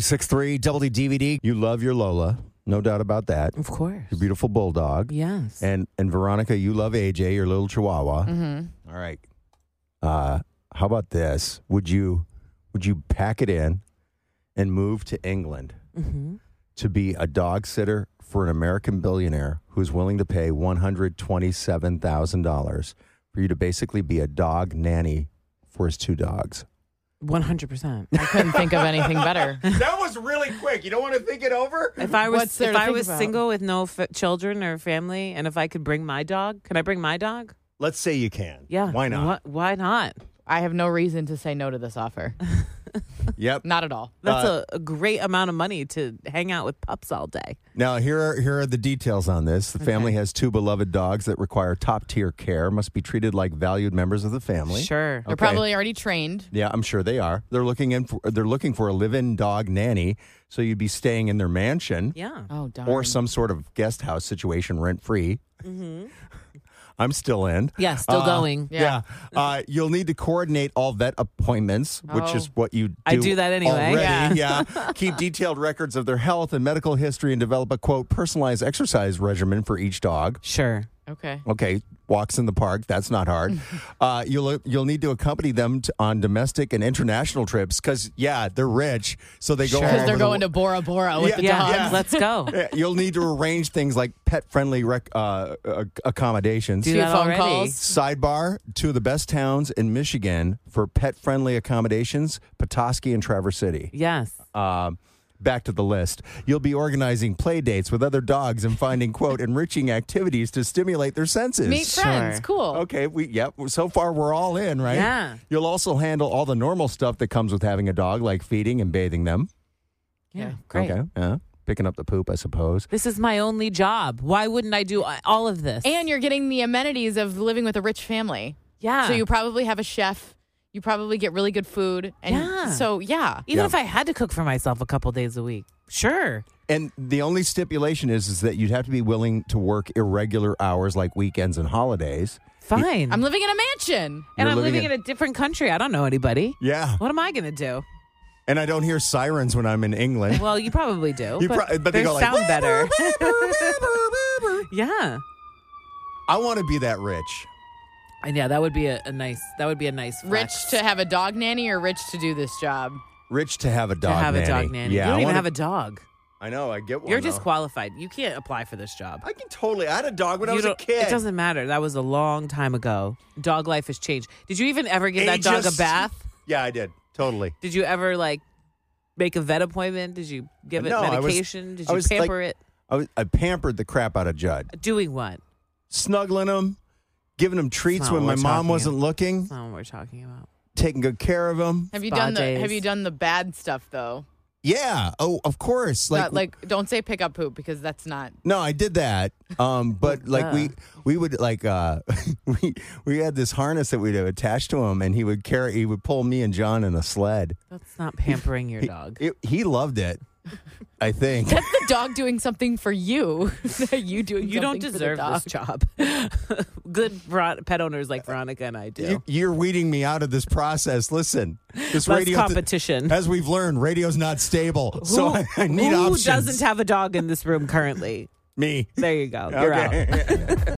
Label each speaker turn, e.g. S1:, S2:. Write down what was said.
S1: 96.3 WDVD. You love your Lola, no doubt about that.
S2: Of course.
S1: Your beautiful bulldog.
S2: Yes.
S1: And and Veronica, you love AJ, your little chihuahua. Mm-hmm. right. Uh, how about this? Would you would you pack it in and move to England
S3: Mm-hmm.
S1: to be a dog sitter for an American billionaire who's willing to pay one hundred twenty seven thousand dollars for you to basically be a dog nanny for his two dogs?
S2: 100%.
S3: I couldn't think of anything better.
S1: That was really quick. You don't want to think it over?
S2: If I
S3: What's
S2: was
S3: there
S2: if
S3: to
S2: I
S3: think
S2: was
S3: about?
S2: single with no f- children or family and if I could bring my dog, can I bring my dog?
S1: Let's say you can.
S2: Yeah.
S1: Why not?
S2: Wh- why not?
S3: I have no reason to say no to this offer.
S1: Yep.
S3: Not at all.
S2: That's
S1: Uh,
S2: a, a great amount of money to hang out with pups all day.
S1: Now here are here are the details on this. The family has two beloved dogs that require top tier care, must be treated like valued members of the family.
S2: Sure.
S3: They're probably already trained.
S1: Yeah, I'm sure they are. They're looking in for, they're looking for a live-in dog nanny, so you'd be staying in their mansion
S2: Yeah.
S3: Oh, darn.
S1: or some sort of guest house situation rent free.
S2: Mm-hmm.
S1: I'm still in.
S2: Yeah, still
S1: Uh,
S2: going.
S1: Yeah. Uh, you'll need to coordinate all vet appointments, which
S3: Oh.
S1: is what you do.
S2: I do that anyway.
S1: Already. Yeah. Keep detailed records of their health and medical history and develop a, quote, personalized exercise regimen for each dog.
S2: Sure.
S3: Okay.
S1: Okay, walks in the park. That's not hard. uh, you'll you'll need to accompany them to, on domestic and international trips because yeah, they're rich, so they go. all
S3: Because
S1: over
S3: they're
S1: the
S3: going
S1: wo-
S3: to Bora Bora with
S1: Yeah.
S3: the
S2: Yeah.
S3: dogs.
S1: Yeah.
S2: Let's go.
S1: Yeah, You'll need to arrange things like pet friendly rec- uh, uh, accommodations.
S2: Do
S3: Two
S2: that
S3: phone
S2: already.
S3: calls.
S1: Sidebar: Two of the best towns in Michigan for pet friendly accommodations: Petoskey and Traverse City.
S2: Yes.
S1: Um, back to the list. You'll be organizing play dates with other dogs and finding quote enriching activities to stimulate their senses.
S3: Meet friends.
S2: Sure.
S3: Cool.
S1: Okay, we yep. So far, we're all in, right?
S2: Yeah.
S1: You'll also handle all the normal stuff that comes with having a dog, like feeding and bathing them.
S2: Yeah.
S3: Yeah.
S2: Great.
S1: Okay. Yeah. Picking up the poop, I suppose.
S2: This is my only job. Why wouldn't I do uh, all of this?
S3: And you're getting the amenities of living with a rich family.
S2: yeah.
S3: So you probably have a chef. You probably get really good food. And
S2: Yeah.
S3: so, yeah.
S2: Even
S1: Yeah.
S2: if I had to cook for myself a couple days a week, sure.
S1: And the only stipulation is is that you'd have to be willing to work irregular hours, like weekends and holidays.
S2: Fine.
S3: I'm living in a mansion.
S2: and
S1: You're
S2: I'm
S1: living
S2: living, in, a different country. I don't know anybody.
S1: Yeah.
S2: What am I going to do?
S1: And I don't hear sirens when I'm in England.
S2: Well, you probably do.
S1: You
S2: but,
S1: pro- but they go like,
S2: sound
S1: "Wah,
S2: better.
S1: wah, wah, wah, wah, wah, wah."
S2: yeah.
S1: I want to be that rich.
S2: And yeah, that would be a, a nice. That would be a nice
S3: Rich
S2: flex.
S3: to have a dog nanny or rich to do this job?
S1: Rich to have a
S2: to
S1: dog.
S2: have
S1: nanny.
S2: a dog nanny.
S1: Yeah,
S2: you
S1: I
S2: don't even
S1: wanna-
S2: have a dog.
S1: I know. I get one.
S2: You're
S1: though.
S2: disqualified. You can't apply for this job.
S1: I can totally. I had a dog when I
S2: You
S1: was a
S2: don't-
S1: kid.
S2: It doesn't matter. That was a long time ago. Dog life has changed. Did you even ever give that dog a
S1: Ages.
S2: bath?
S1: Yeah, I did. Totally.
S2: Did you ever like make a vet appointment? Did you give it
S1: No, I was-
S2: medication? Did
S1: I
S2: you
S1: was, like-
S2: pamper
S1: I, was, I pampered the crap out of Judd,
S2: it? Doing what?
S1: snuggling him, giving him treats
S2: not
S1: when
S2: what
S1: my
S2: we're
S1: mom
S2: talking
S1: wasn't looking,
S2: That's not what we're talking about.
S1: taking good care of him.
S3: Have you
S2: Spa
S3: done the
S2: days.
S3: Have you done the bad stuff though?
S1: Yeah. Oh, of course. Like,
S3: Like, like don't say pick up poop because that's not.
S1: no, I did that. Um, but like we
S2: Duh.
S1: we would like uh we we had this harness that we'd attach to him, and he would carry. He would pull me and John in a sled.
S2: That's not pampering your
S1: He-
S2: dog.
S1: It, he loved it. I think.
S3: That's the dog doing something for you. you doing
S2: You don't
S3: something for the
S2: deserve this
S3: dog.
S2: job. Good ver- pet owners like Veronica and I do.
S1: You, you're weeding me out of this process. Listen, this
S2: Less
S1: radio
S2: competition.
S1: as we've learned, radio's not stable. so I, I need
S2: who
S1: options.
S2: doesn't have a dog in this room currently?
S1: me?
S2: There you go. You're out.